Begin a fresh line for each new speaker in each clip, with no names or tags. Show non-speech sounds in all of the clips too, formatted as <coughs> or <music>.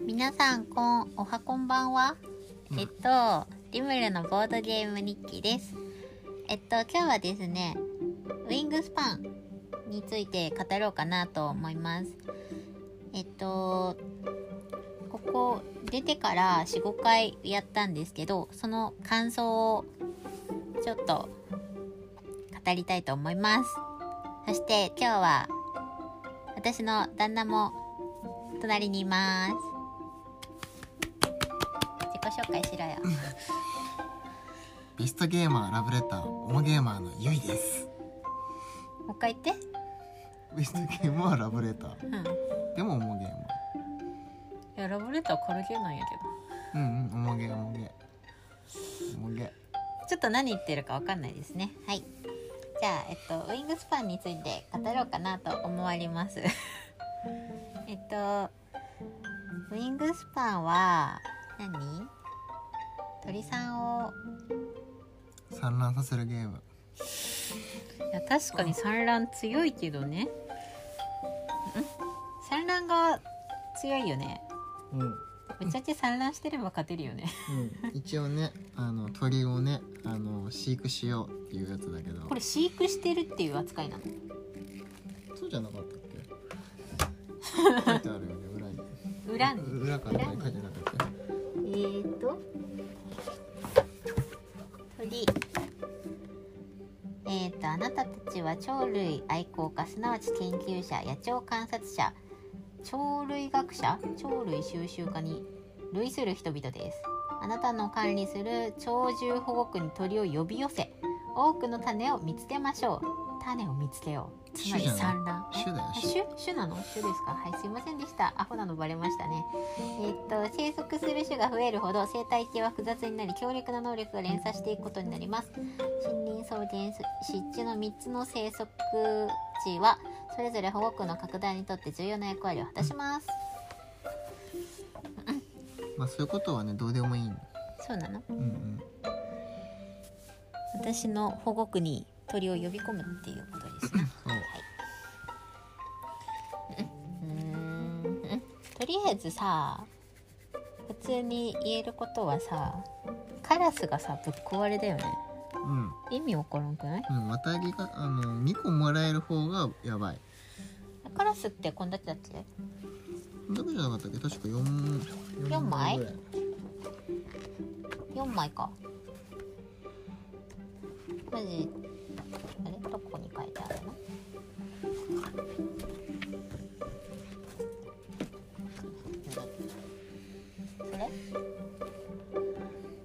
皆さんこんおはこんばんは、
うん
えっとリムルのボードゲーム日記ですえっと今日はですねウィングスパンについて語ろうかなと思いますえっとここ出てから45回やったんですけどその感想をちょっと語りたいと思いますそして今日は私の旦那も隣にいます自己紹介しろよ
ベストゲーマーラブレターオモゲーマーのゆいです
もう一回言って
ベストゲーマーラブレター
うん
でもオモゲー
いやラブレター軽ゲーなんやけど
マーうんうんオモゲーオモゲーオモゲ
ちょっと何言ってるかわかんないですねはいじゃあ、えっと、ウイングスパンについて語ろうかなと思われます <laughs> えっとウイングスパンは何鳥さんを
産卵させるゲーム
いや確かに産卵強いけどねん産卵が強いよね
うん
ぶっちゃけ産卵してれば勝てるよね
うん一応ねあの鳥をねあの飼育しようっていうやつだけど
これ飼育してるっていう扱いなの
そうじゃなかったっけ書いてあるよね裏に
裏に
裏から書いてなかったっ
えーと鳥えーとあなたたちは鳥類愛好家すなわち研究者野鳥観察者鳥類学者鳥類収集家に類する人々ですあなたの管理する鳥獣保護区に鳥を呼び寄せ多くの種を見つけましょう種を見つけようつまり
種じゃない
産卵
け種だよ種
種種なの種ですかはいすいませんでしたアホなのバレましたねえーっと生息する種が増えるほど生態系は複雑になり強力な能力が連鎖していくことになります森林草原湿地の3つの生息地はそれぞれ保護区の拡大にとって重要な役割を果たします
まあそういうことはねどうでもいいの
そうなの
うんうん
私の保護区に鳥を呼び込むっていうことですね
そう
うーんうんとりあえずさ普通に言えることはさカラスがさぶっ壊れだよね
うん
意味わからんくない
うん、綿毛があの2個もらえる方がやばい。
カラスってこんだけだっけ
どこんだけじゃなかったっけ確か 4,
四枚
ぐらい
4枚かマジあれどこに書いてあるのそれ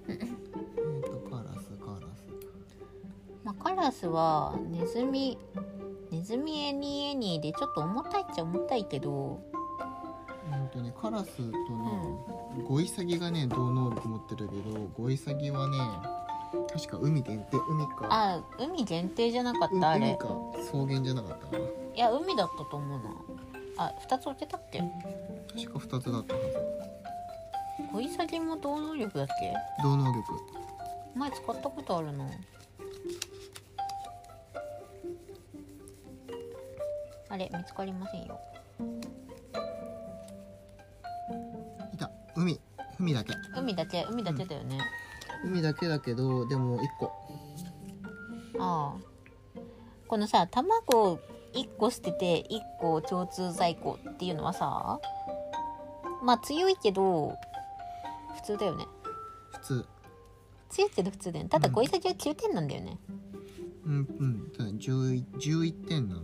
えーとカラスカラ
まあ、カラスはネズミネズミエニエニでちょっと重たいっちゃ重たいけど
ス。ほんとねカラスとね、ゴイサギがね同能力持ってるけどゴイサギはね確か海限定海か
あ海限定じゃなか
う
ったあれ
海か草原じゃなかったかない
や海だったと思うなあ2つ置けたっけ
確か2つだったはず
ゴイサギも同能力だっけ
同能力
前使ったことあるなあれ見つかりませんよ
いた海海だけ
海だけ海だけだよね、
海だけだけどでも1個
ああこのさ卵1個捨てて1個共通在庫っていうのはさまあ強いけど普通だよね
普通
強いけど普通だよねただ
うん
ゴイサギは9点なんだよね、
うんうんそうだね 11, 11点なの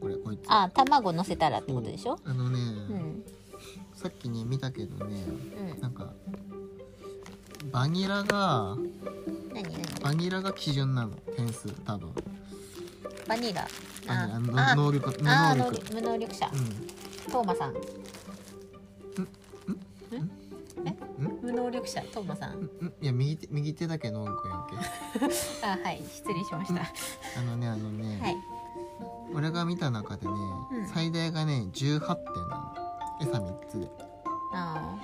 これこいつ
ああ卵乗せたらってことでしょ
あのね、
うん
さっきね見たけどね
うん
なんかバニラが
何何
バニラが基準なの点数多分
バニラ
あの
あ
あの能力無
あー
能
能
力
力無能力者
う
トーマさん。んえ無能力者トーマさん。
んうんいや右手右手だけ能力やん
<laughs>
け
あはい失礼しました。
あのねあのね、
はい。
俺が見た中でね、
うん
最大がね18点なの餌3つで
あ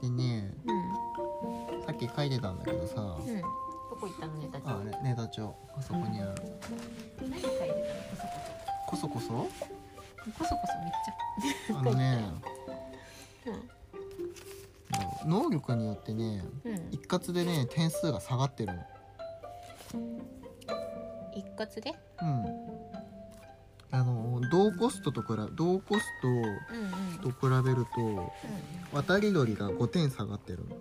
でね
ー
さっき書いてたんだけどさ
うんうん。どこ行ったのネタ
ああれネタ帳あそこにある
何書いてたの
こそ
<laughs>
こそ
こそこそこそめっち
あのね
ゃ。うん。
能力によってね
うん、
一括でね点数が下がってるの
一括で
うんあの同コストと比べ同コス
うんうんうん
トと比べると渡り鳥が5点下がってるの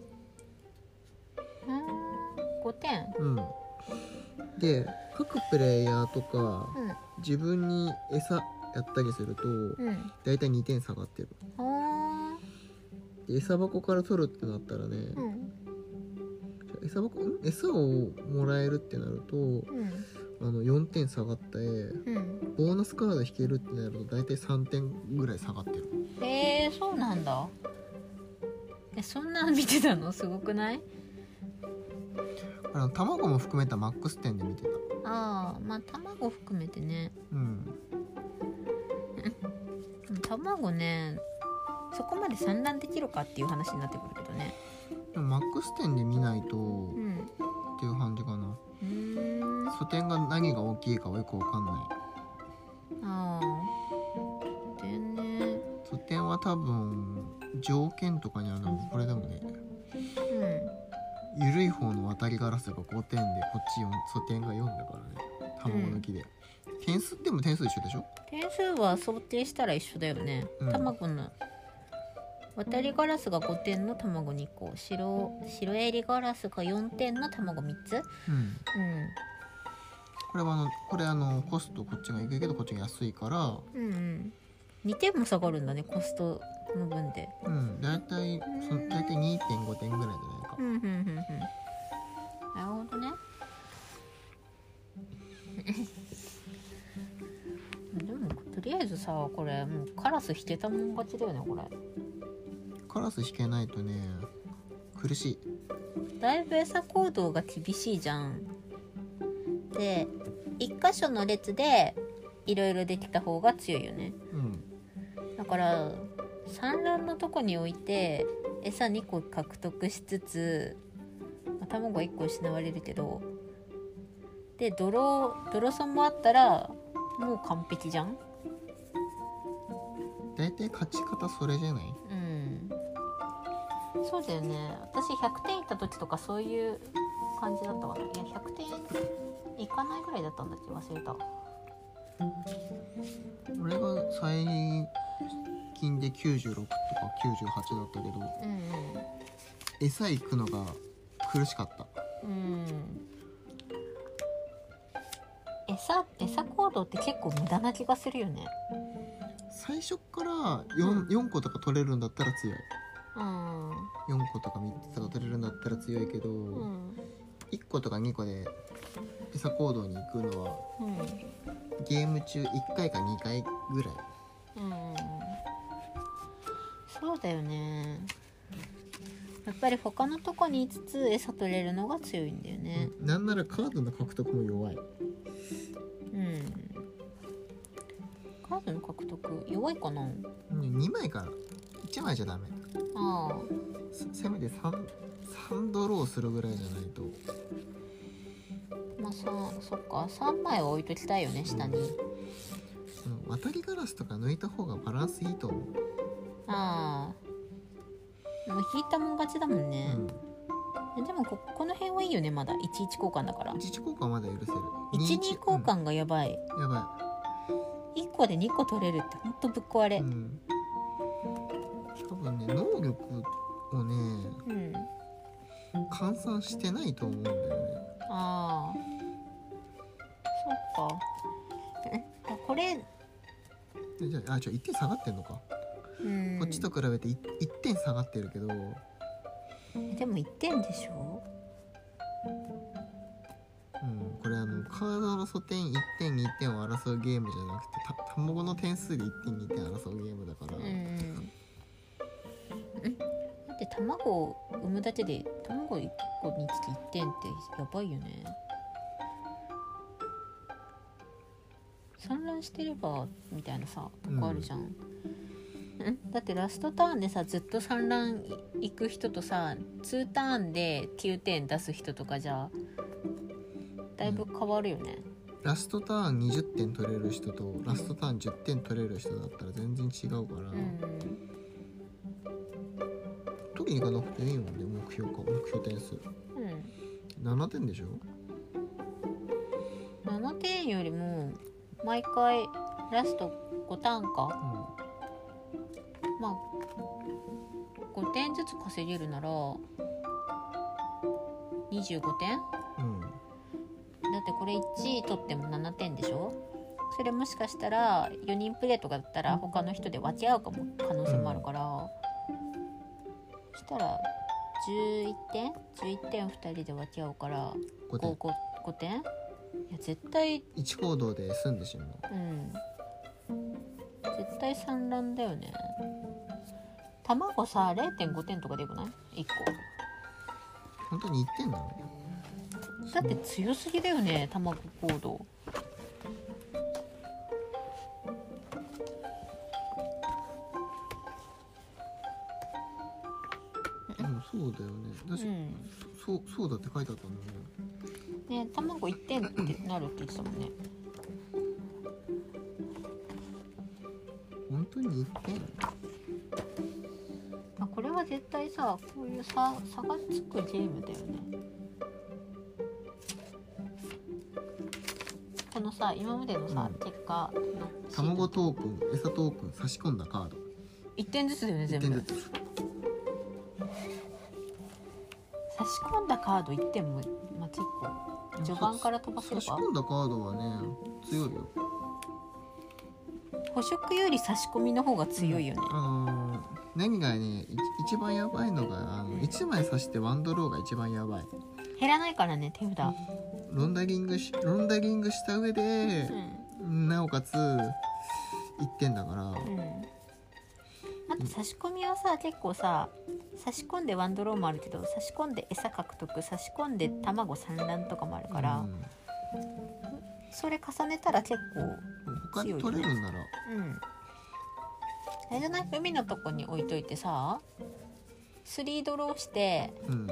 うん5点
うんで各プレイヤーとか
う
自分に餌やったりすると
んうん
だいたい2点下がってる
ほー
で餌箱から取るってなったらね、
うん
餌箱ん餌をもらえるってなると
うん
あの4点下がって
うん
ボーナスカード引けるってなると大体3点ぐらい下がってる
えー、そうなんだえそんなの見てたのすごくない
あの卵も含めたマックス点で見てた
ああまあ卵含めてね
うん
うん卵ねそこまで産卵できるかっていう話になってくるけどね
でもマックス点で見ないと
うん
っていう感じかな
うーんあ
素点が何が大きいかはよくわかんない
あでね
素点は多分条件とかにあるのもこれでもね
う
緩い方の渡りガラスが5点でこっち4素点が4だからね卵抜きで、点数でも点数一緒でしょ
ん点数は想定したら一緒だよね、
うん
卵の渡りガラスが5点の卵2個白白襟ガラスが4点の卵3つ
うん
うん
これはあのこれあのコストこっちがいくけどこっちが安いから
うんうん2点も下がるんだねコストの分で
うん大体その大体2.5点ぐらいじゃないか
うんうんうんうんなるほどね <laughs> でもとりあえずさこれもうカラス引けたもん勝ちだよねこれ
カラス引けないとね苦しい
だいぶ餌行動が厳しいじゃんで一箇所の列でいろいろできた方が強いよね
うん
だから産卵のとこに置いて餌2個獲得しつつまあ卵1個失われるけどで泥泥損もあったらもう完璧じゃん
大体勝ち方それじゃない
うんそうだよね私100点いった時とかそういう感じだったわいや100点いかないぐらいだったんだっけ忘れた
俺が最近で96とか98だったけど
う
餌行くのが苦しかった
んうんうん餌餌行動って結構無駄な気がするよね
最初から4、四個とか取れるんだったら強い
うん
4個とか3つとか取れるんだったら強いけど、
うん
1個とか2個で餌行動に行くのは
うん
ゲーム中1回か2回ぐらい
うんそうだよねやっぱり他のとこにいつつ餌取れるのが強いんだよね
なんならカードの獲得も弱い
うん、カードの獲得弱いかな
2枚から1枚じゃダメ
ああ
せせめて 3, 3ドローするぐらいじゃないと
まあさそっか3枚は置いときたいよね下に
その渡りガラスとか抜いた方がバランスいいと思う、
ああもう引いたもん勝ちだもんね、
う
でもここの辺はいいよねまだ11交換だから
ん、1交換まだ許せる
12交、換がやばい、
うんやば
1個で2個取れるってほんとぶっ壊れ
い、うん、多分ね能力をね
うん
換算してないと思うんだよね
ああそっかえこれ、
でじゃああじゃあ1点下がってんのか、
うん、
こっちと比べて 1, 点下がってるけど
でも1点でしょ
うん、これあのカードの素点1点2点を争うゲームじゃなくてた卵の点数で1点2点争うゲームだから、
うんうんだって卵を産むだけで卵1個につき1点ってやばいよね産卵してればみたいなさとこあるじゃん、んだってラストターンでさずっと産卵行く人とさ2ターンで9点出す人とかじゃだいぶ変わるよね、
ラストターン20点取れる人とラストターン10点取れる人だったら全然違うから、
うん
と理がなくていいもんね目標か目標点数
うん
7点でしょ
7点よりも毎回ラスト5単価
う
まあ5点ずつ稼げるなら25点
んうん
だってこれ1位取っても7点でしょそれもしかしたら4人プレーとかだったら他の人で分け合うかも可能性もあるから、そしたら11点11点2人で分け合うから
5
5,
点
5, 5点いや絶対
1行動で済んでしまう
うん絶対産卵だよね卵さ0.5点とかでよくない1
本当に1点なの
個だって強すぎだよね卵行動
でもそうだよね
う
確か、
ん
そうそうだって書いてあったんだよね
ね卵1点ってなるって言ってたもんね
本当に1点
あこれは絶対さこういうさ差がつくゲームだよねこのさ今までのさ、
うん
結果のシー
卵
ト
トークン餌トークン差し込んだカード
1点ずつだよね
1
全
点ず
部
つ
差し込んだカード1点も、まあ、結構序盤から飛ばせ
差
れ
し
ば
込んだカードはね強いよ
捕食より差し込みの方が強いよね、
あのー何がねい一番やばいのがあの1枚刺してワンドローが一番やばい
減らないからね手札、
ロンダリングしロンダリングした上で
うん、
なおかつ1点だから
うんあと差し込みはさ結構さ差し込んでワンドローもあるけど差し込んで餌獲得差し込んで卵産卵とかもあるから、
うん
それ重ねたら結構
他に取れるんなら
うんあれじゃない海のとこに置いといてさ3ドローして
うん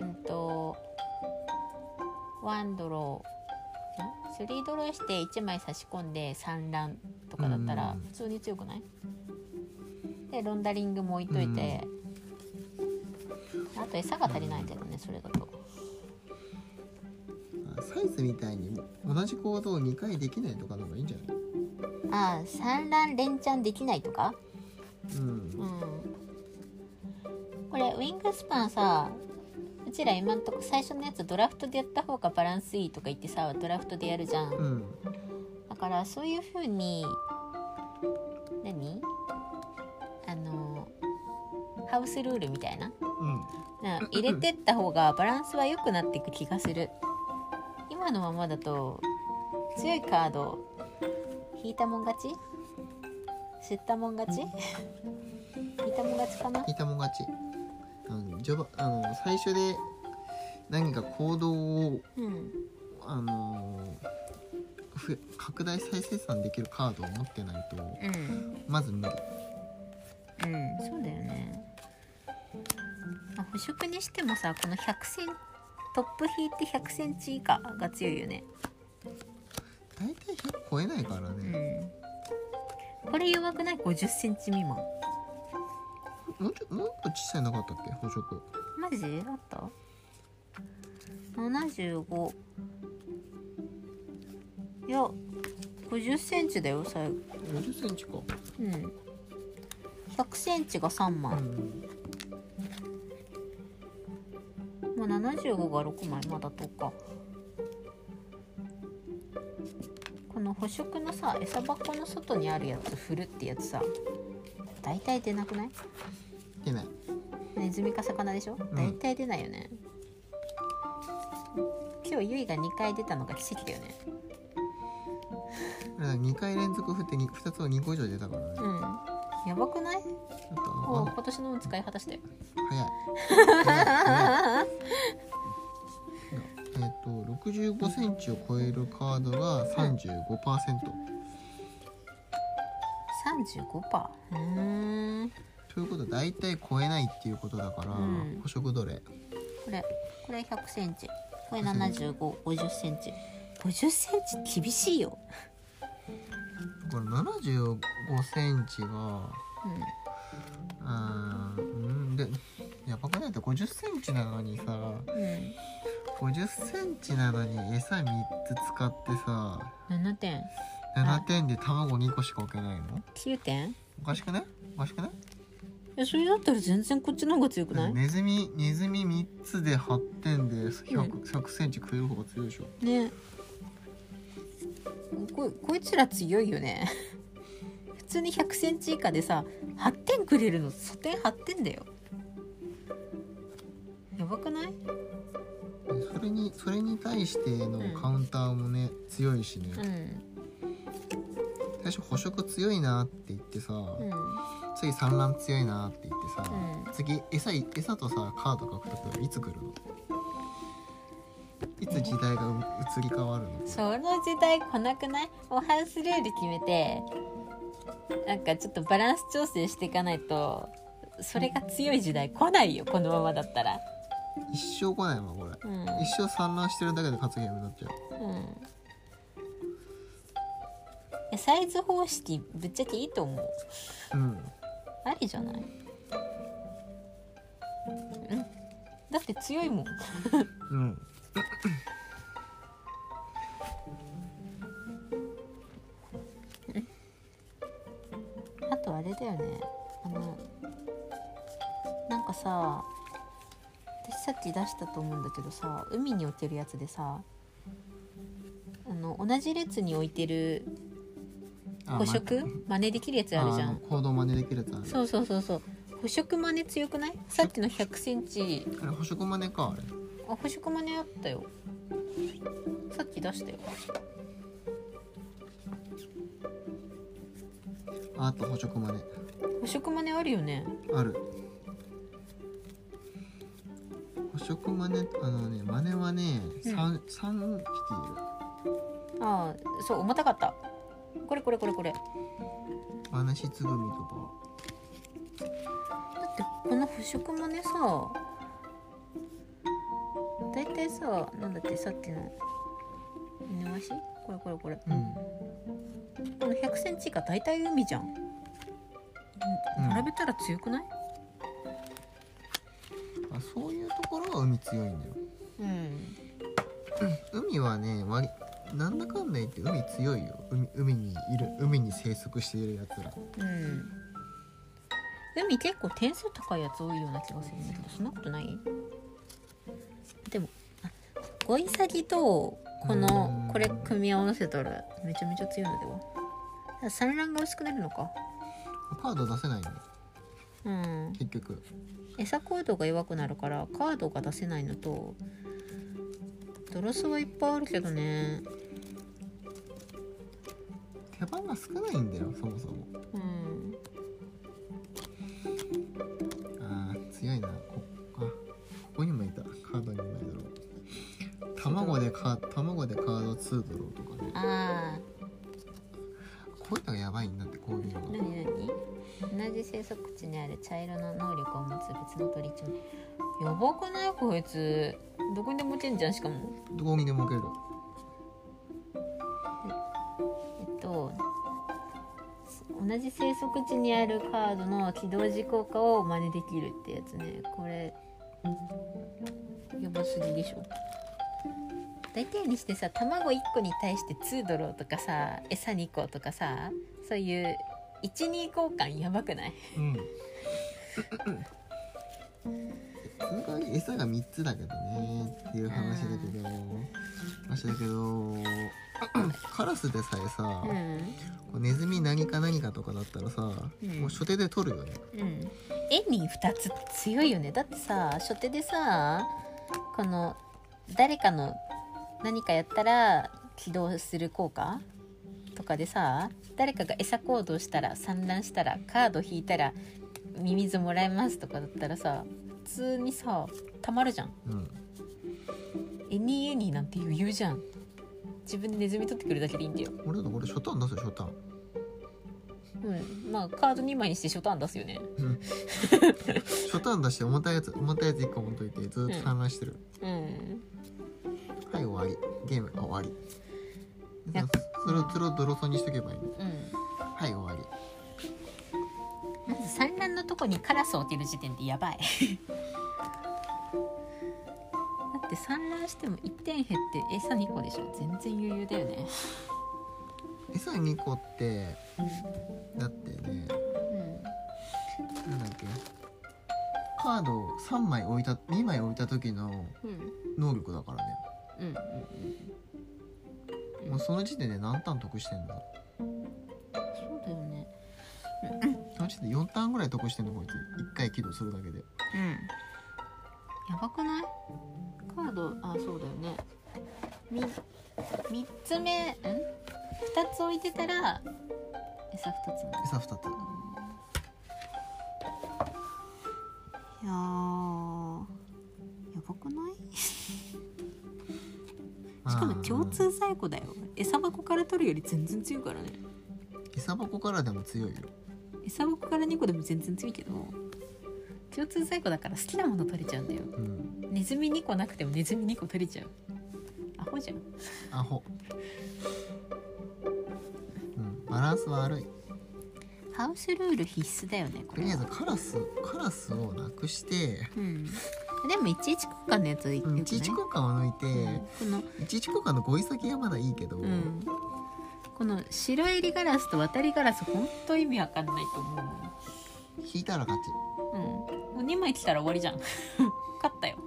うんと1ドローん3ドローして1枚差し込んで産卵とかだったら
うん
普通に強くないでロンダリングも置いといて、あと餌が足りないけどねそれだと
サイズみたいに同じ行動を2回できないとかの方がいいんじゃない
ああ産卵連チャンできないとか
うん
うんこれウィングスパンさうちら今んとこ最初のやつドラフトでやった方がバランスいいとか言ってさドラフトでやるじゃん、
うん
だからそういうふうに何あのハウスルールみたいな
うん
な入れてった方がバランスは良くなっていく気がする今のままだと強いカード引いたもん勝ち知ったもん勝ち <laughs> 引いたもん勝ちかな
聞いたもん勝ちあの序盤あの最初で何か行動を
うん
あのふ拡大再生産できるカードを持ってないと
うん
まず無理
うんそうだよね、まあ、捕食にしてもさこの100セントップ引いて100センチ以下が強いよね
大体100超えないから
う
ね、
んこれ弱くない50センチ未満
もうちょもう一個小さいなかったっけ補食
マジあった75いや50センチだよ最後
50センチか
うん100センチが3
う
枚、
ん
もう75が6枚まだとかこの捕食のさ餌箱の外にあるやつ振るってやつさ大体出なくない
出ない
ネズミか魚でしょ
ん
大体出ないよね、今日ゆいが2回出たのが奇跡だよね
あれだ2回連続振って 2, 2つは2個以上出たからねち
う
ょっ
んやばくない
と
お
あ
今年の運使い果たしたよ
早い <laughs> 早い早いえっと65センチを超えるカードが35%、
35%うーん
ということは大体超えないっていうことだから、
うん
捕食どれ
これこれ1 0 0ンチこれ7 5 5 0ンチ5 0ンチ厳しいよ、
これ75センチが、
うん、
えあーうんでやばくないと50センチなのにさ
うん、
50センチなのに餌3つ使ってさ
7点
7点で卵2個しか置けないの
9点
おかしくないおかしくない
えそれだったら全然こっちの方が強くない、
ネズミネズミ3つで8点で100 100センチ食える方が強いでしょ
ねここいつら強いよね普通に1 0 0ンチ以下でさ8点くれるの素点8点だよやばくない
それにそれに対してのカウンターもね、強いしね
うん
最初捕食強いなって言ってさ、
うん
次産卵強いなって言ってさ、
う
次餌い餌とさカード獲得いつ来るのいつ時代がう移り変わるの
その時代来なくないもうハウスルール決めてなんかちょっとバランス調整していかないとそれが強い時代来ないよこのままだったら
一生来ないわこれ
うん、
一生産卵してるだけで勝つゲームになっちゃう
うんいや、サイズ方式ぶっちゃけいいと思う
うん
ありじゃないうんだって強いもん
うん
あとあれだよねあのなんかさ私さっき出したと思うんだけどさ海に置けるやつでさあの同じ列に置いてる
あ
捕食真似できるやつあるじゃ
あの
ん
行動真似できるやつある
そうそうそうそう捕食真似強くないさっきの1 0 0ンチ
あれ捕食真似かあれ
あ捕食真似あったよさっき出したよ
ああと捕食真似
捕食真似あるよね
ある捕食真似あのね真似はね
うん
三三匹いる
ああそう重たかったこれこれこれこれだ
マナシツグミとか
ってこの腐食もねさだいたいさなんだってさっきの犬足これこれこれ
うん
この100センチ以下だいたい海じゃん、
うん
並べたら強くない
あそういうところは海強いんだよ
うん
海はね割なんだかんだ言って海強いよ海海にいる海に生息しているやつら
うん海結構点数高いやつ多いような気がするんだけどそんなことないでもあゴイサギとこ
う
の
ん
これ組み合わせたらめちゃめちゃ強いのでは産卵が薄くなるのか
カード出せないの
うん
結局
餌行動が弱くなるからカードが出せないのとドロスはいっぱいあるけどね
手番が少ないんだよそもそも
うん
あー強いなこあここにもいたカードにもないだろう卵でカ卵でカード2ドローとかね
ああ
こういうのがやばいんだってこういうのが
何何同じ生息地にある茶色の能力を持つ別の鳥一枚やばくないこいつどこにでも打てんじゃんしかも
どこにでも置ける
えっと同じ生息地にあるカードの起動時効果を真似できるってやつねこれやばすぎでしょ大体にしてさ卵1個に対して2ドローとかさ餌2個とかさそういう12交換やばくない
うんその代わり餌が3つだけどねっていう話だけど話だけどカラスでさえさ、
う
こ
ん
うネズミ何か何かとかだったらさ、
うん
もう初手で取るよね
うん、絵に2つ強いよねだってさ初手でさこの誰かの何かやったら起動する効果とかでさ誰かが餌行動したら産卵したらカード引いたらミミズもらえますとかだったらさ普通にさたまるじゃん
うん
「エニーエニー」なんて言うじゃん自分でネズミ取ってくるだけでいいんだよ
俺だこれ初ターン出すよ初ターン
うんまあカード2枚にして初ターン出すよね
初ターン出して重たいやつ重たいやつ1個持っといてずっと散乱してる、
うん
はい終わりゲームが終わり
やっ
それをそれを泥ソにしとけばいいの
うん
はい終わり
まず産卵のとこにカラスを置ける時点でやばいだって産卵しても1点減って餌2個でしょ全然余裕だよね
餌2個ってだってねなんだっけカード3枚置いた2枚置いた時の
うんうん
能力だからね
うん
もうその時点で何ターン得してんだ
そうだよね
その時点で4ターンぐらい得してんのこいつ1回起動するだけ
う
で
んやばくないカードあそうだよねみ3つ目ん2つ置いてたら餌2つなの
餌2つ
いやーやばくないしかも共通在庫だよ餌箱から取るより全然強いからね
餌箱からでも強いよ
餌箱から2個でも全然強いけど共通在庫だから好きなもの取れちゃうんだよ
うん
ネズミ2個なくてもネズミ2個取れちゃうアホじゃん
アホうんバランス悪い
ハウスルール必須だよねことれ
りあえずカラスカラスをなくして
うんでも11交換のやつはよくない
11交換を抜いて
うんこの
11交換の5位先はまだいいけど、
うんこの白襟ガラスと渡りガラスほんと意味わかんないと思う
引いたら勝ち
うん、もう2枚来たら終わりじゃん <laughs> 勝ったよ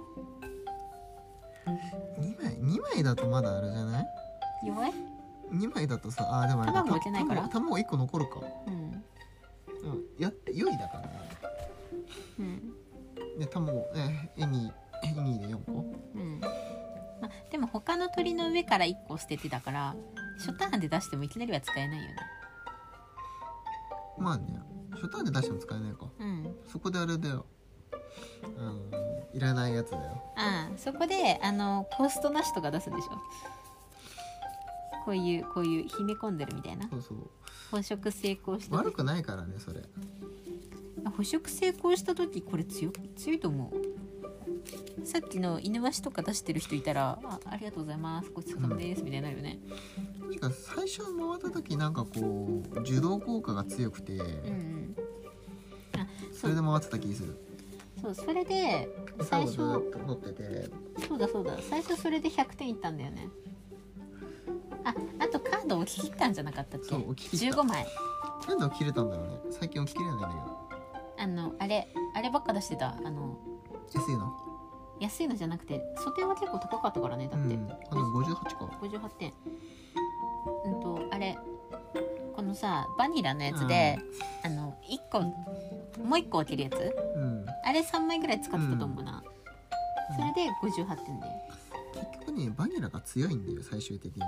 2枚2枚だとまだあれじゃない
弱い、
2枚だとさあーでもあれ
卵置いてないから
卵1個残るか、
うん
うん、やって良いだから
うん
で卵えーエニーエニーで4個
うんま、でも他の鳥の上から1個捨ててたから初ターンで出してもいきなりは使えないよね
まあね初ターンで出しても使えないか
うん
そこであれだよあのいらないやつだよ
ああそこであのコストなしとか出すんでしょこういうこういう秘め込んでるみたいな
そうそう
捕食成功した
悪
時
くないからねそれ
あ捕食成功した時これ強強いと思うさっきのイヌワシとか出してる人いたら「あありがとうございますごちそうさまです」みたいになるよね
なんか最初回った時なんかこう受動効果が強くて、
うんうん
それで回ってた気する
そうそれで最初
餌をずっと持ってて
そうだそうだ最初それで100点いったんだよねああとカードを切ったんじゃなかったっけ
そう置き切った
15枚
なんで起きれたんだろうね最近起きれないんだ
あのあれあればっか出してたあの
けど安いな
安いのじゃなくて素点は結構高かったからねだ
う
って、
んあでも58か
58点うんとあれこのさバニラのやつで、あの1個もう1個置けるやつ
うん
あれ3枚ぐらい使ってたと思うな、
うん
それで58点で
結局ねバニラが強いんだよ最終的に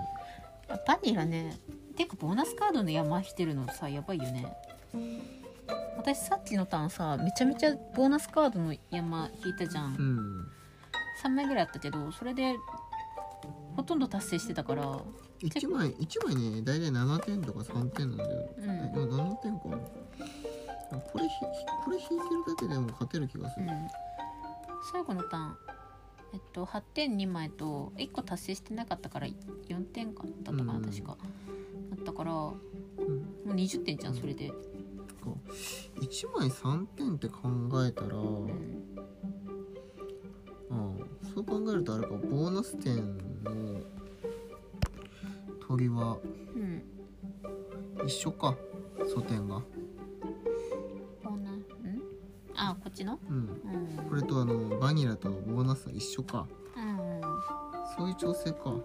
バニラねてかボーナスカードの山来てるのさやばいよね私さっきのターンさめちゃめちゃボーナスカードの山引いたじゃ
うんん
3枚ぐらいあったけどそれでほとんど達成してたから
1枚一枚ね大体7点とか3点なんだよ、
う
え
ん、
でも7点かこれひこれ引いてるだけでも勝てる気がす
う
る、
ん、最後のターンえっと8点2枚と1個達成してなかったから4点かだったかな
うん
確かだったからも
う
う
ん、
20点じゃんそれで
1枚3点って考えたら、
う
うん、
ん
そう考えるとあれかボーナス点の鳥は
うん
一緒か素点が
ボーナんあこっちの
うん
うん
これとあのバニラとボーナスは一緒か
う
そういう調整か
ん、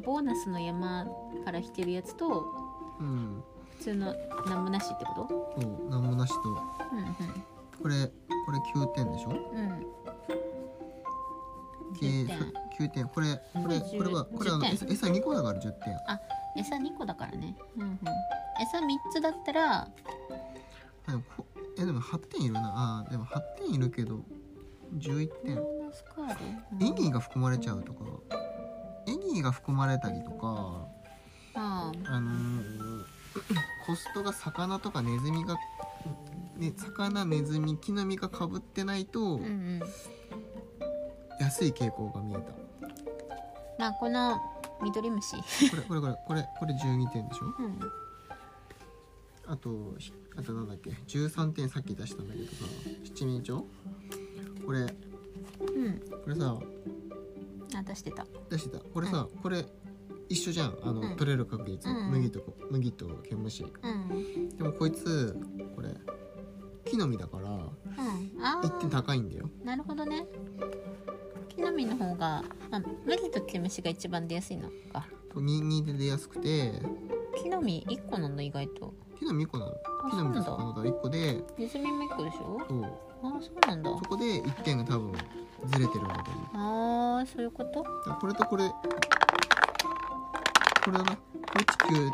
ボーナスの山から引けるやつと
うん
普通のなんもなしってこ
そうなんもなしと
と
これこれ9点でしょ
うんうんうん
計
10点
9点これこれ
10
これはこれはあの
10点
餌餌2個だから10点
餌2個だからね、うんうん、餌3つだったら
あでもこえでも8点いるなあーでも8点いるけど11
ボー
点
ナスカード、
エニーが含まれちゃうとかエニーが含まれたりとか
あ
あのー <coughs> コストが魚とかネズミが、ね、魚ネズミ木の実がかぶってないと
うんうん
安い傾向が見えた
まあこの緑虫、
これこれこれこれこれ12点でしょ
うん、
ああとひあとなんだっけ13点さっき出したんだけどさ七人帳これ
うん
これさ
あ出してた
出してたこれさ、これ一緒じゃんあの、
うん
取れる確率、
うん
麦とこ麦とケムシ
うん
でもこいつこれ木の実だから
うんあ
1点
あ
高いんだよ
なるほどね木の実の方が、まあ、麦と毛虫が一番出やすいのか
22で出やすくて
木の実1個なんだ意外と
木の実1個なの木の実と魚が1個で
ネズミも1個でしょ
そう
ああそうなんだ
そこで1点が多分ずれてるんだと思う
ああそういうこと
だからこれとこれこれだなこっち9点で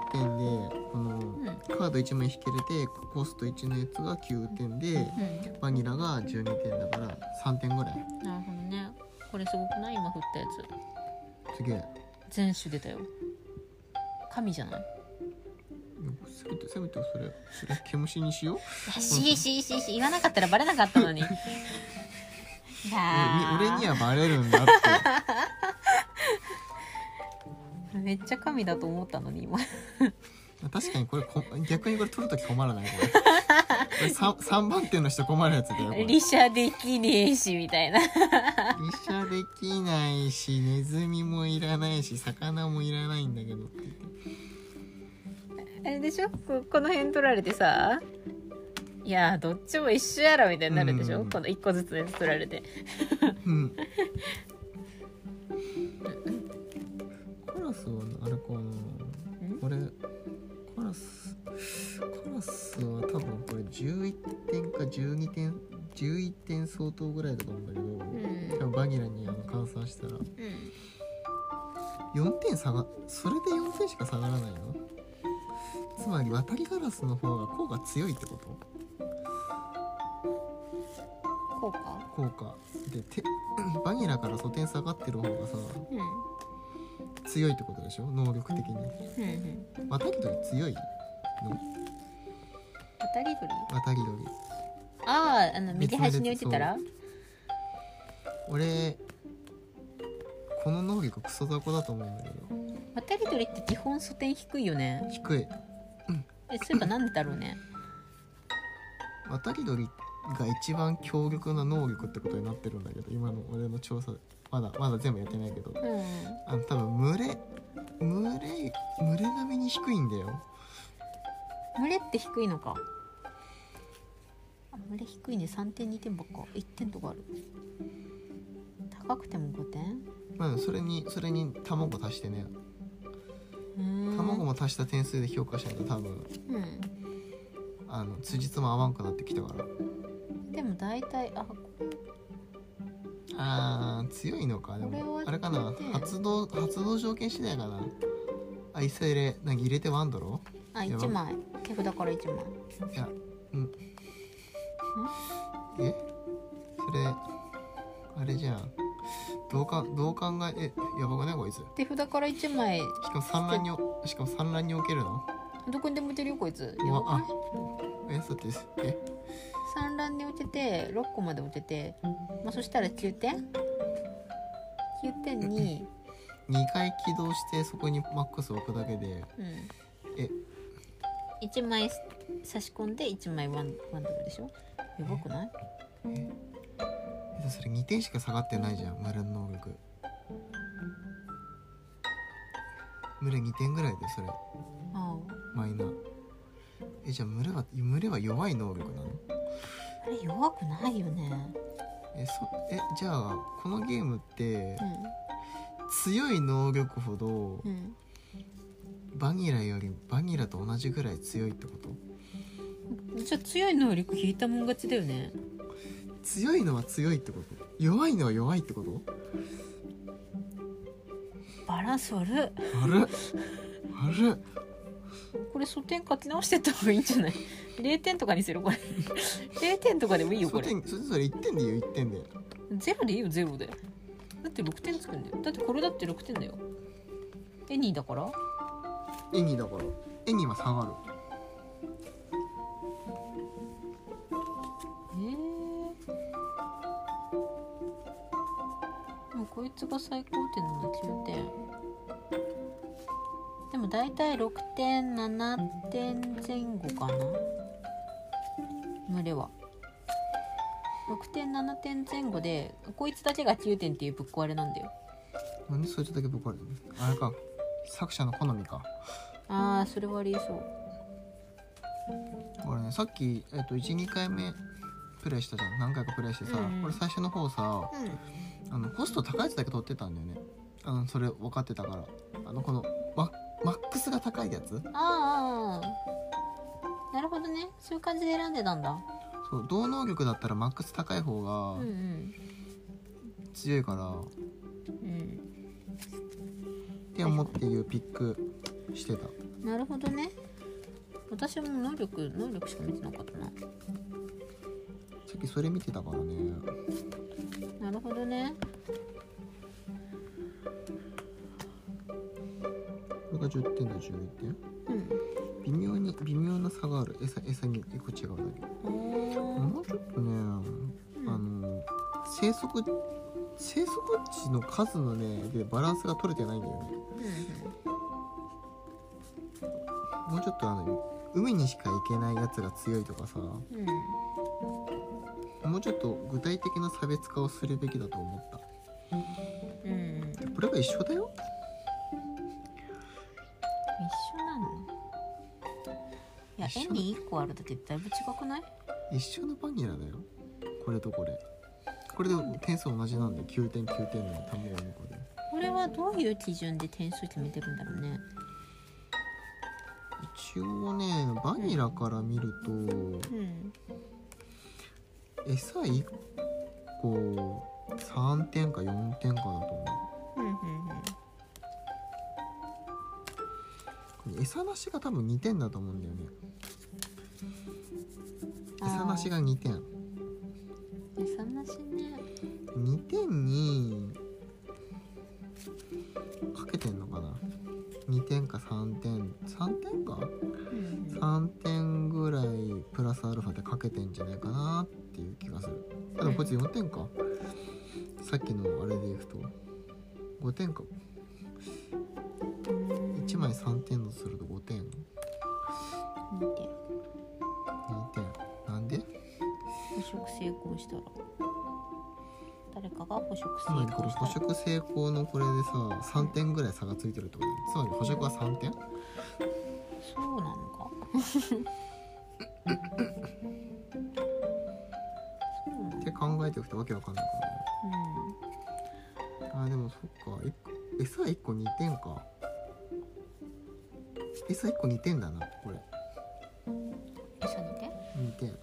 こ
うんう
の
ん
カード1枚引けれてコスト1のやつが9点でバニラが12点だから3点ぐらい
なるほどねこれすごくない今振ったやつ
すげえ
全種出たよ神じゃない
せめてせめてそれそれ毛虫にしよ
し
う
しししし言わなかったらバレなかったのに <laughs> いやー
俺に俺にはバレるんだって <laughs>
めっちゃ神だと思ったのに今
確かにこれこ逆にこれ取るとき困らないこれこれ 3, 3番手の人困るやつだよこれ
利者できねえしみたいな
医者できないしネズミもいらないし魚もいらないんだけどって言って
あれでしょここの辺取られてさいやーどっちも一緒やろみたいになるでしょ、
うん
この1個ずつのやつ取られて
うんカラスはあれかなこれカラスカラスは多分これ11点か12点11点相当ぐらいだと思うんだけど、
ん
多分バニラにあの換算したら
うん
4点下がそれで4点しか下がらないのつまり渡りガラスの方が効果強いってこと
こうか
効果でてバニラから素点下がってる方がさ
うん
強いってことでしょ能力的に
うんうん
渡り鳥強いの
当たり鳥
渡り鳥
あああの右端に置いてたら
俺この能力クソ雑魚だと思うんだけど
渡り鳥って基本素点低いよね
低い
えそういえばなんでだろうね
渡り鳥が一番強力な能力ってことになってるんだけど今の俺の調査まだまだ全部やってないけど
うん
あの多分群れ群れ群れ並みに低いんだよ
群れって低いのかあ群れ低いね3点2点ばっか1点とかある高くても5点
まあそれにそれに卵足してね
うーん
卵も足した点数で評価しないと多分
うん
あの辻褄合わんくなってきたから
でも大体あ
あー強いのかでも
これは
あれかな
強いね
発動発動条件次第かなあ一切入れなんか入れてワンドロ
あ
やば
1枚手札から1枚
いやうんえそれあれじゃんどうかどう考ええやばくないこいつし
手札から1枚
かも産卵におしかも産卵におけるの
どこにでも置いてるよこいつ
う
や
わ
ばく
あ
ない
えだってえ
産卵に置いてて6個まで置いてて、まあ、そしたら9点 ?9 点に
2回起動してそこにマックス置くだけで
うん
え
1枚差し込んで1枚ワンワンダブルでしょやばくない
えそれ2点しか下がってないじゃん群れの能力群れ2点ぐらいでそれ
あ
マイナーえじゃあ群れは群れは弱い能力なの
ああれ弱くないよね
えそえじゃあこのゲームって
う
強い能力ほど
んうん
バニラよりバニラと同じぐらい強いってこと
じゃあ強い能力引いたもん勝ちだよね
強いのは強いってこと弱いのは弱いってこと
バランス悪い
悪っ悪っ
これ素点書き直してった方がいいんじゃない0点とかにするこれ0点とかでもいいよ
そ
こ
れ
れ
それそれ1点でいいよ1点で
ゼロでいいよゼロでだって6点つくんだよだってこれだって6点だよエニーだから
エニーだからエニーは下がる
えー、でもこいつが最高点なの9点ででも大体6点7点前後かな群れは6点7点前後でこいつだけが9点っていうぶっ壊れなんだよ
なんでそいつだけぶっ壊れてるのあれか作者の好みか
ああそれはありえそう
俺ねさっき、えっと12回目プレイしたじゃん何回かプレイしてさ、
うん
俺最初の方さ
う
あのコスト高いやつだけ取ってたんだよねあのそれ分かってたからあのこのママックスが高いやつ
んあーあーなるほどねそういう感じで選んでたんだ
そう同能力だったらマックス高い方
うん
が
うん
強いから、
うん
って思っていうピックしてた
なるほどね私も能力能力しか見てなかったな
さっきそれ見てたからね
なるほどね
これが10点と11点
うん
微妙に微妙な差がある餌餌に1個違うだけ
お
もうちょっとね
ー
あの生息生息地の数のねでバランスが取れてないんだよね
う
もうちょっとあの海にしか行けないやつが強いとかさも
んうん
うちょっと具体的な差別化をするべきだと思った
うんうん一緒
これが一緒だよ
なのいや
一緒
円に1個あるだけでだいぶ違くない
一緒のバニラだよこれとこれこれで点数同じなんで9点9点の卵2個で
これはどういう基準で点数決めてるんだろうね
一応ねバニラから見ると、
うん
餌1個3点か4点かだと思
うんうん
う餌なしが多分2点だと思うんだよね
あー
餌なしが2点
うん餌なしね
2点にかけてんのかな2点か3点3点か
うん
3点ぐらいプラスアルファでかけてんじゃないかなっていう気がするあでもこいつ4点かさっきのあれでいくと5点か
うん
1枚3点とすると5点
見て
2点なんで
捕食成功したら誰かが捕食
つまり
成
これ
功
捕
したら
食成功のこれでさ3点ぐらい差がついてるってことだよねつまり捕食は3点
そうなのかそうなの
って考えておくとわけわかんないからね
うん
あーでもそっかい餌1個2点か餌1個2点だなこれ
餌にて
2点
う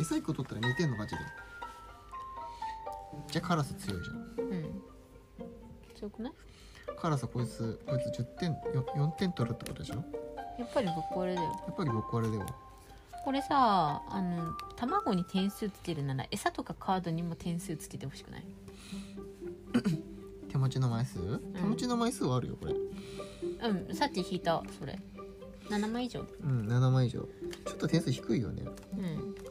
餌1個取ったら2点の勝ちだよじゃあカラス強いじゃん
んうん強くない
カラスこいつこいつ10点よ4点取るってことでしょや
やっぱり僕これだよ
っぱり僕あれでは
これさあの卵に点数つけるなら餌とかカードにも点数つけてほしくない
手持ちの枚数手持ちの枚数はあるよこれ
うんさっき引いたそれ7枚以上
うん7枚以上ちょっと点数低いよね
うんだ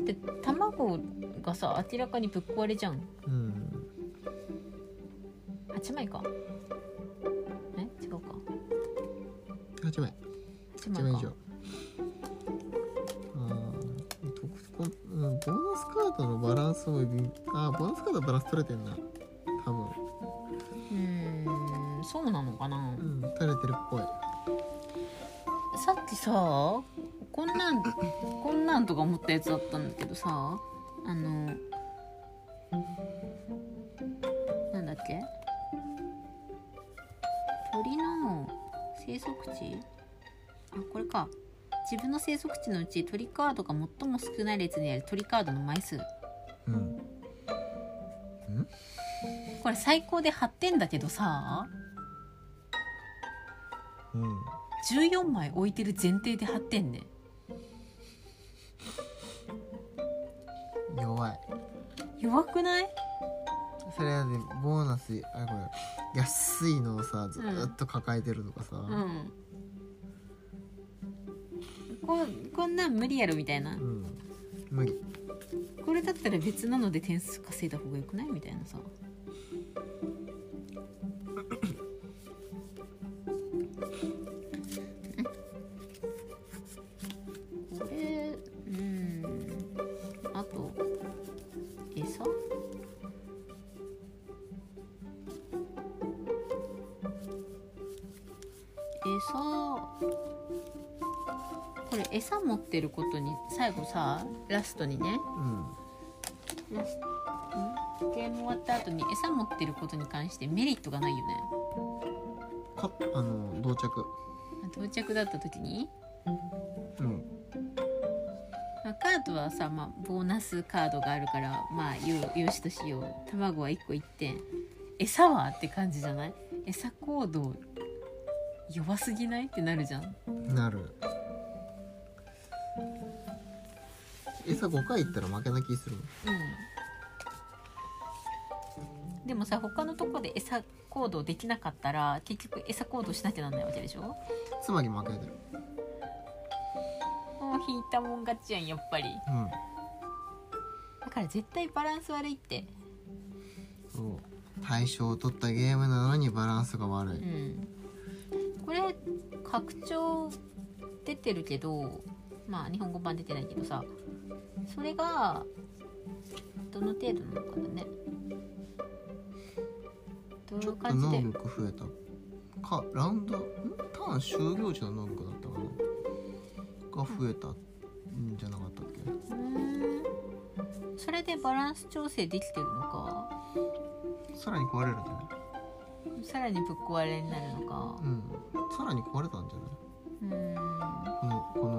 って卵がさ明らかにぶっ壊れじゃん
うん
8枚かえ違うか
8枚
8
8
枚
枚以
か
上あー特こうんボーナスカードのバランスも微あーボーナスカードのバランス取れてんな多分
うーんそうなのかな
うん取れてるっぽい
さっきさこんなんこんなんとか思ったやつだったんだけどさあのなんだっけ鳥の生息地あこれか自分の生息地のうち鳥カードが最も少ない列にある鳥カードの枚数
うん
これ最高で8点だけどさ
うん
14枚置いてる前提で8点ね
弱い
弱くない
それはねボーナスあれこれ安いのをさずーっと抱えてるとかさ、
うんここんなん無理やろみたいな
うん無理
これだったら別なので点数稼いだ方がよくないみたいなさ餌これ餌持ってることに最後さラストにね
うん
ラスんゲーム終わった後に餌持ってることに関してメリットがないよね
かあの同着
到着だった時に
うん
まあカードはさ、まあ、ボーナスカードがあるからまあよよしとしよう卵は1個1点餌はって感じじゃない餌行動弱すぎないってなるじゃん
なる餌5回いったら負けな気するもん
うんでもさ他のとこで餌行動できなかったら結局餌行動しなきゃなんないわけでしょも
つまり負けてる
う引いたもん勝ちやんやっぱり
うん
だから絶対バランス悪いって
そう対象を取ったゲームなのにバランスが悪
う
い、
んこれ拡張出てるけどまあ日本語版出てないけどさそれがどの程度なのかだねどう
ち
い
ょ
う
っと
感じ
能
で
力増えたかラウンドんターン終了時の能力だったかなが増えたんじゃなかったっけ
うーんそれでバランス調整できてるのか
さらに壊れるんじゃない
さらにぶっ壊れになるのか
うんさらに壊れたんじゃないう
ー
このこの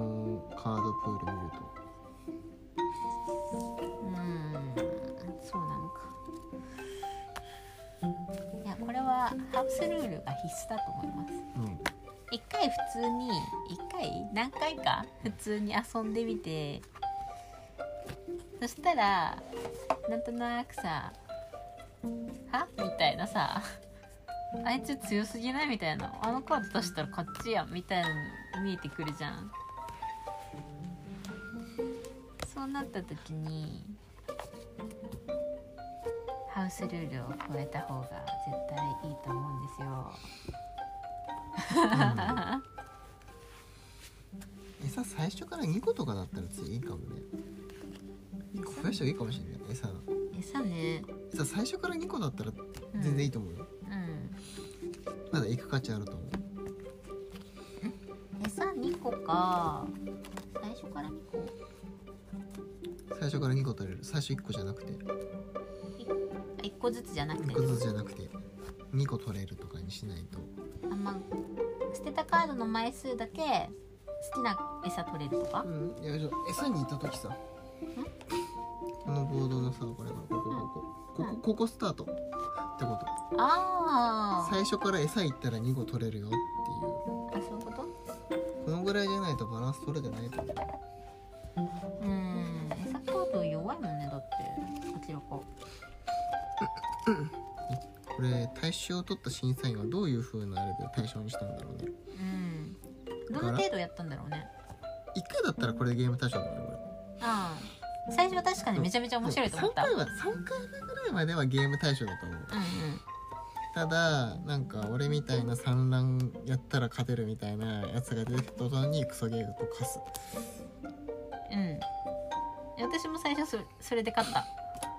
カードプール見ると
んうーんそうなのかいやこれはハウスルールが必須だと思います
うん
一回普通に一回何回か普通に遊んでみてそしたらなんとなくさ「は?」みたいなさ「あいつ強すぎない?」みたいな「あのカード出したらこっちやん」みたいなの見えてくるじゃんそうなった時にハウスルールを超えた方が絶対いいと思うんですよ。 <laughs>
餌最初から2個とかだったら次いいかもね1個増やした方がいいかもしれない餌の
餌ね
餌最初から2個だったら全然いいと思う
う
よ、まだ行く価値あると思うん
餌2個か最初から2個
最初から2個取れる最初1個じゃなくて
1個ずつじゃなく
1
て
個ずつじゃなくて2個取れるとかにしないと
あまあ捨てたカードの枚数だけ好きな餌取れるとか
うんよいしょ餌にいた時さこのボードのさこれこれここここここここスタートってこと
あー
最初から餌行ったら2個取れるよっていう
あそういうこと
このぐらいじゃないとバランス取れてないと思う
うーん餌カード弱いもんねだって明らか
これ対象を取った審査員はどういう風なあれで対象にしたんだろうね
うんどの程度やったんだろうね
1回だったらこれでゲーム対象だよこ
ああ最初は確かにめちゃめちゃ
れ
面白いと思ったうんうん
3回は3回目ぐらいまではゲーム対象だと思うただなんか俺みたいな産卵やったら勝てるみたいなやつが出てきた途端にクソゲームとカす
うん私も最初そそれで勝った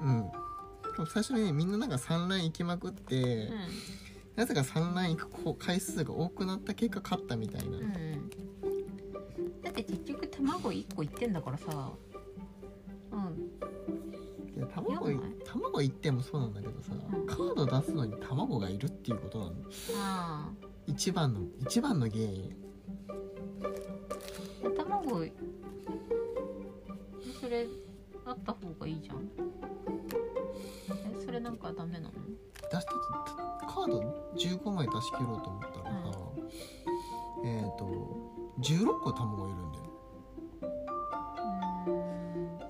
うんでも最初にねみんななんか産卵行きまくって、
う
なぜか産卵行くこう回数が多くなった結果勝ったみたいな、
んうんだって結局卵1個いってんだからさうん
いや卵い
やばい
卵行ってもそうなんだけどさ
うん
カード出すのに卵がいるっていうことなの
あ
一番の一番の原因
あ卵それあった方がいいじゃんえそれなんかダメなの
出してきカード15枚出し切ろうと思ったらさ、えっ、ー、と16個卵いるんだよ
うーんと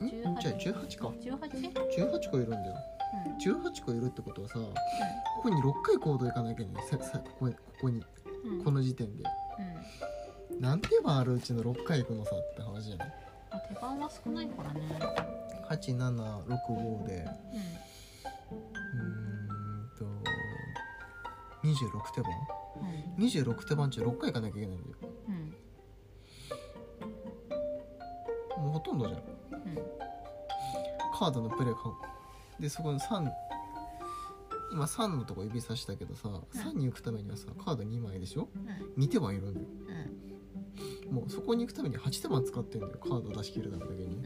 12もっとしてないじゃ
ん
ない
じゃあ18か
18?
18個いるんだよ
うん
18個いるってことはさここに6回行動行かなきゃいけないささここにここに
うんうん
この時点で
うん
何手番あるうちの6回行くのさって話じゃない
あ手番は少ないからね
8765で
うん
うーんと26手番
う
26手番中6回行かなきゃいけないんだよ
んうん
もうほとんどじゃん
うん
カードのプレイかでそこの3今3のとこ指さしたけどさ3に行くためにはさカード2枚でしょ
うん
2手番いるんだよ
うん
もうそこに行くために8手番使ってんだよカード出し切るためだけに
うん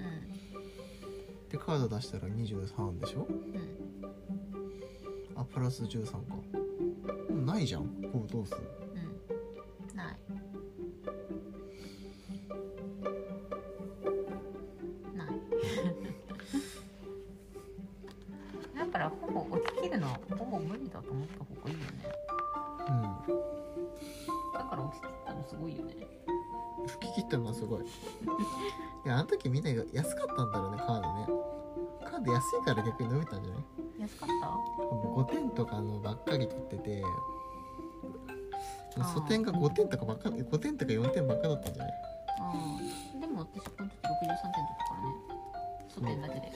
でカード出したら23でしょ
うん
あプラス13かもうないじゃんこうどうする
うんないないだからほぼ落ちきるのはほぼ無理だと思った方がいいよね
うん
だから落ちてったのすごいよね。
吹き切ったのはすごい <laughs> いやあの時みんなが安かったんだろうねカードねカード安いから逆に伸びたんじゃない
安かった？
5点とかのばっかり取ってて
あー
素点が5点とかばっかり5点とか4点ばっかだったんじゃない
ああ、でも私この時六十三点取ったからね。素点だけで。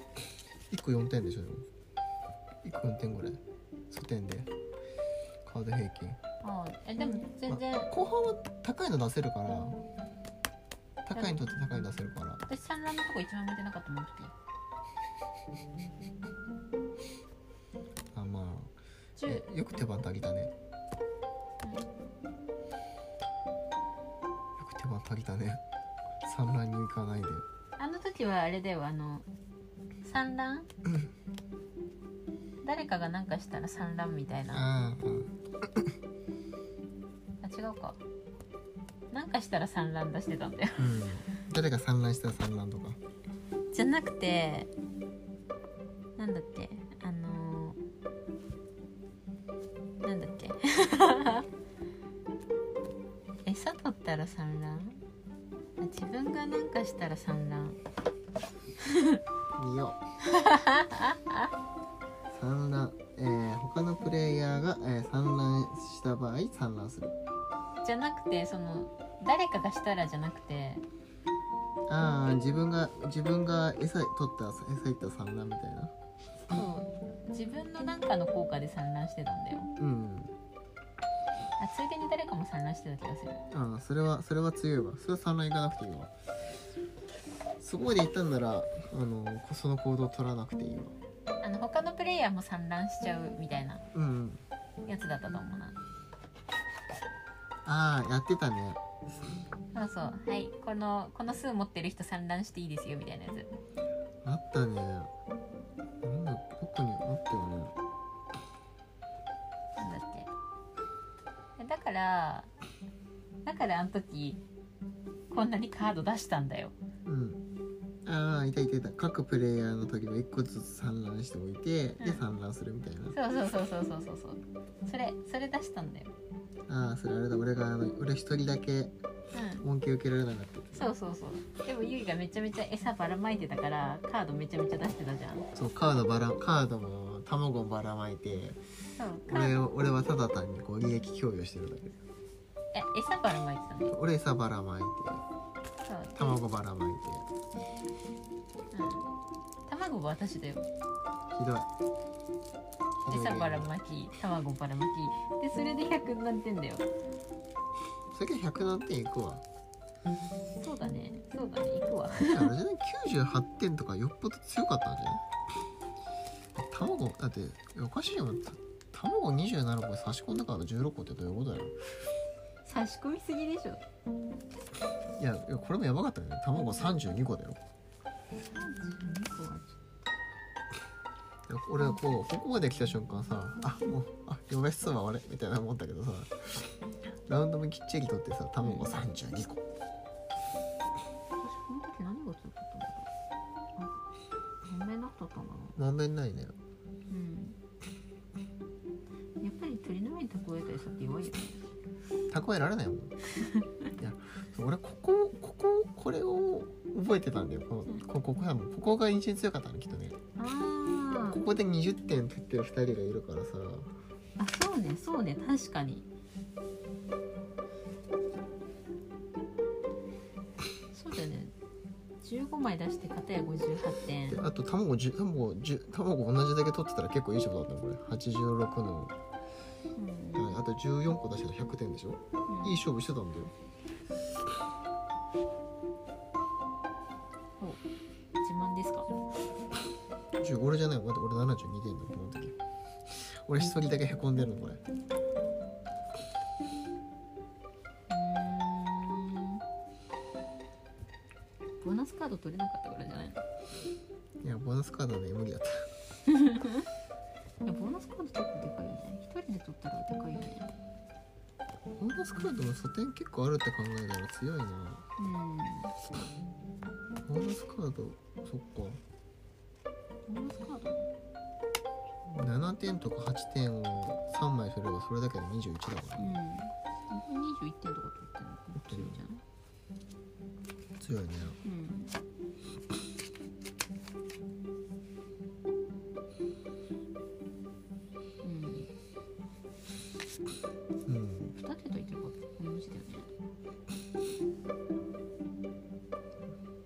1個4点でしょでも1個4点ぐらい素点でカード平均
ああ、えでも全然
まあ後半は高いの出せるから高いにとって高いの出せるから
私産卵のとこ一番見てなかったもん時。
あまあ
十、
えよく手番足りたねよく手番足りたね産卵に行かないで
あの時はあれだよあの産卵？誰かがなんかしたら産卵みたいな。
あーあー
あ違うか。なんかしたら産卵出してたんだよ。
うん誰が産卵したら産卵とか
じゃなくてなんだっけあのー、なんだっけ <laughs> 餌取ったら産卵あ自分がなんかしたら産卵
見 <laughs> よう産卵、えー他のプレイヤーが、えー産卵した場合産卵する
じゃなくてその誰かがしたらじゃなくて
ああ自分が自分が餌取った餌いった産卵みたいな
そう自分のなんかの効果で産卵してたんだよ
うん
あついでに誰かも産卵してた気がする
ああそれはそれは強いわそれは産卵行かなくていいわそこまで行ったんならあのその行動取らなくていいわ
あの他のプレイヤーも産卵しちゃうみたいな
うん
やつだったと思うな
ああやってたね
そうそうはいこのこの数持ってる人産卵していいですよみたいなやつ
あったねなんだどこにあったよね
なんだってだからだからあの時こんなにカード出したんだよ
うん。ああ、いたいたいた。各プレイヤーの時は1個ずつ産卵しておいて、
うん
で産卵するみたいな。
そうそうそうそうそうそうそうそれそれ出したんだよ
ああ、それあれだ。俺があの俺一人だけ
うん
恩恵受けられなかった。
そうそうそうでもゆいがめちゃめちゃ餌ばらまいてたからカードめちゃめちゃ出してたじゃん
そうカードばらカードも卵もばらまいて、
そうカー
俺
ド
を俺はただ単にこう利益供与してるだけ。
え餌ばらまいてたの
俺餌ばらまいて、
そう
卵ばらまいて、
うん卵は私だよ
ひどい。ひどいゲー
餌
ム
ばらまき卵ばらまきでそれで100何点だよ
それが100何点いくわ。
そうだねそうだね行くわ
だからあれじゃない98点とかよっぽど強かったんじゃない卵だっておかしいよた卵27個差し込んだから16個ってどういうことだよ
差し込みすぎでしょ
いやいやこれもやばかったよね卵32個だよ
32個は
いや俺はこうここまで来た瞬間さあもうあ嫁質問俺みたいな思ったけどさラウンドもきっちり取ってさ卵32個
私この時何が強かったんだろうあ、ごめんなったかな
問題ないね
うんやっぱり鳥の上に蓄えた餌って弱いよね
蓄えられないもんいや俺こここここれを覚えてたんだよこのここここここが印象に強かったのきっとね
あ
こ
ー
こで20点取ってる2人がいるからさ
あそうねそうね確かにそうだよね15枚出して片や58点
であと卵10卵10卵同じだけ取ってたら結構いい勝負だったのこれ86の、
うん
うんあと14個出したら100点でしょ
うん
いい勝負してたんだよ
お自慢ですか
自70俺じゃない待って俺72点だと思ったけど俺一人だけへこんでるのこれ
ボーナスカード取れなかったからじゃないの
いやボーナスカードね無理だった
いやボーナスカード取ってでかいよね一人で取ったらでかいよね
ボーナスカードの素点結構あるって考えたら強いな
う
ボーナスカードそっか
んボーナスカード
7点とか8点を3枚すればそれだけで21だから
うん21点とか取ってるの結構強いじゃない
強いね
うんうん2桁
うん
いってるか同じだよね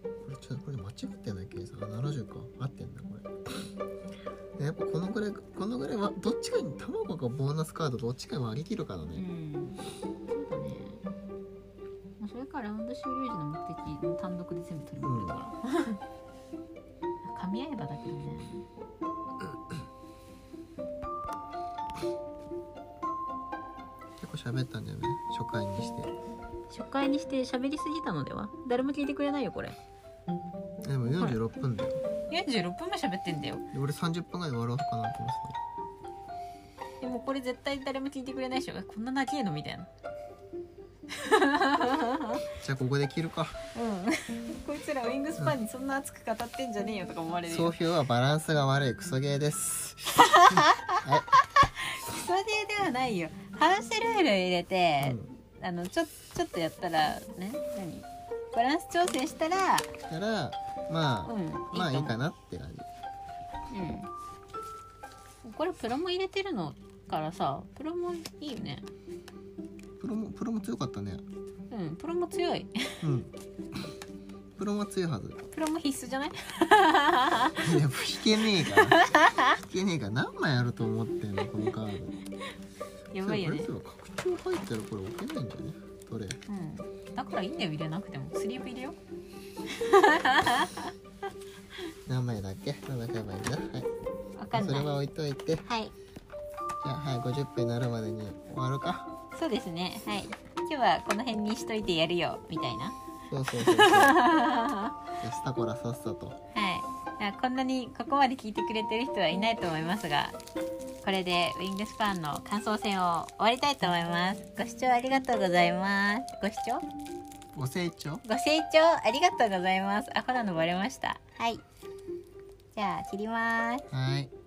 これちょっとこれ間違ってない計算あ70か合ってんだこれねやっぱこのぐらいこのぐらいはどっちかに卵かボーナスカードどっちかに割り切るから
う
ね、
んそうだねまあそれかラウンド終了時の目的単独で全部取りまくるから、噛み合えばだけどね
結構喋ったんだよね初回にして
初回にして喋りすぎたのでは誰も聞いてくれないよこれ
でも46分だよ
46分も喋ってんだよ
で俺30分ぐらいで終わろうかなと思っ
で
て
もこれ絶対誰も聞いてくれないでしょこんな長えのみたいな
たじゃあここで切るか
うんこいつらウィングスパンにそんな熱く語ってんじゃねえよとか思われる
総
よ
評はバランスが悪いクソゲーですはい
クソゲーではないよ反射ルール入れて、あのちょちょっとやったらね何バランス調整したら
だからまあ、
うん
まあいい
と
か
思
なって感じ
う、うん、これプロも入れてるのからさプロもいいよね
プロもプロも強かったね
うんプロも強い <laughs>
うんプロも強いはず
プロも必須じゃない
いや引けねえから引けねえから何枚あると思ってんのこのカード
やばいよね
それこれすれば拡張入ったらこれ置けないんだよねどれ
うんだからいいんだよ入れなくてもスリーブ入れよ
何枚だっけ何枚買えばいいんだはい
わかん
そ
な
れ
い
は
は
置いといて
い
じゃあはい50分になるまでに終わるか
そうですねはい今日はこの辺にしといてやるよみたいな
そうそうそうそうじゃあスタコラさっさと
はいあこんなにここまで聞いてくれてる人はいないと思いますがこれでウィングスパンの感想戦を終わりたいと思いますご視聴ありがとうございますご視聴
ご清聴
ご清聴ありがとうございますあこんなのバレましたはいじゃあ切ります
はい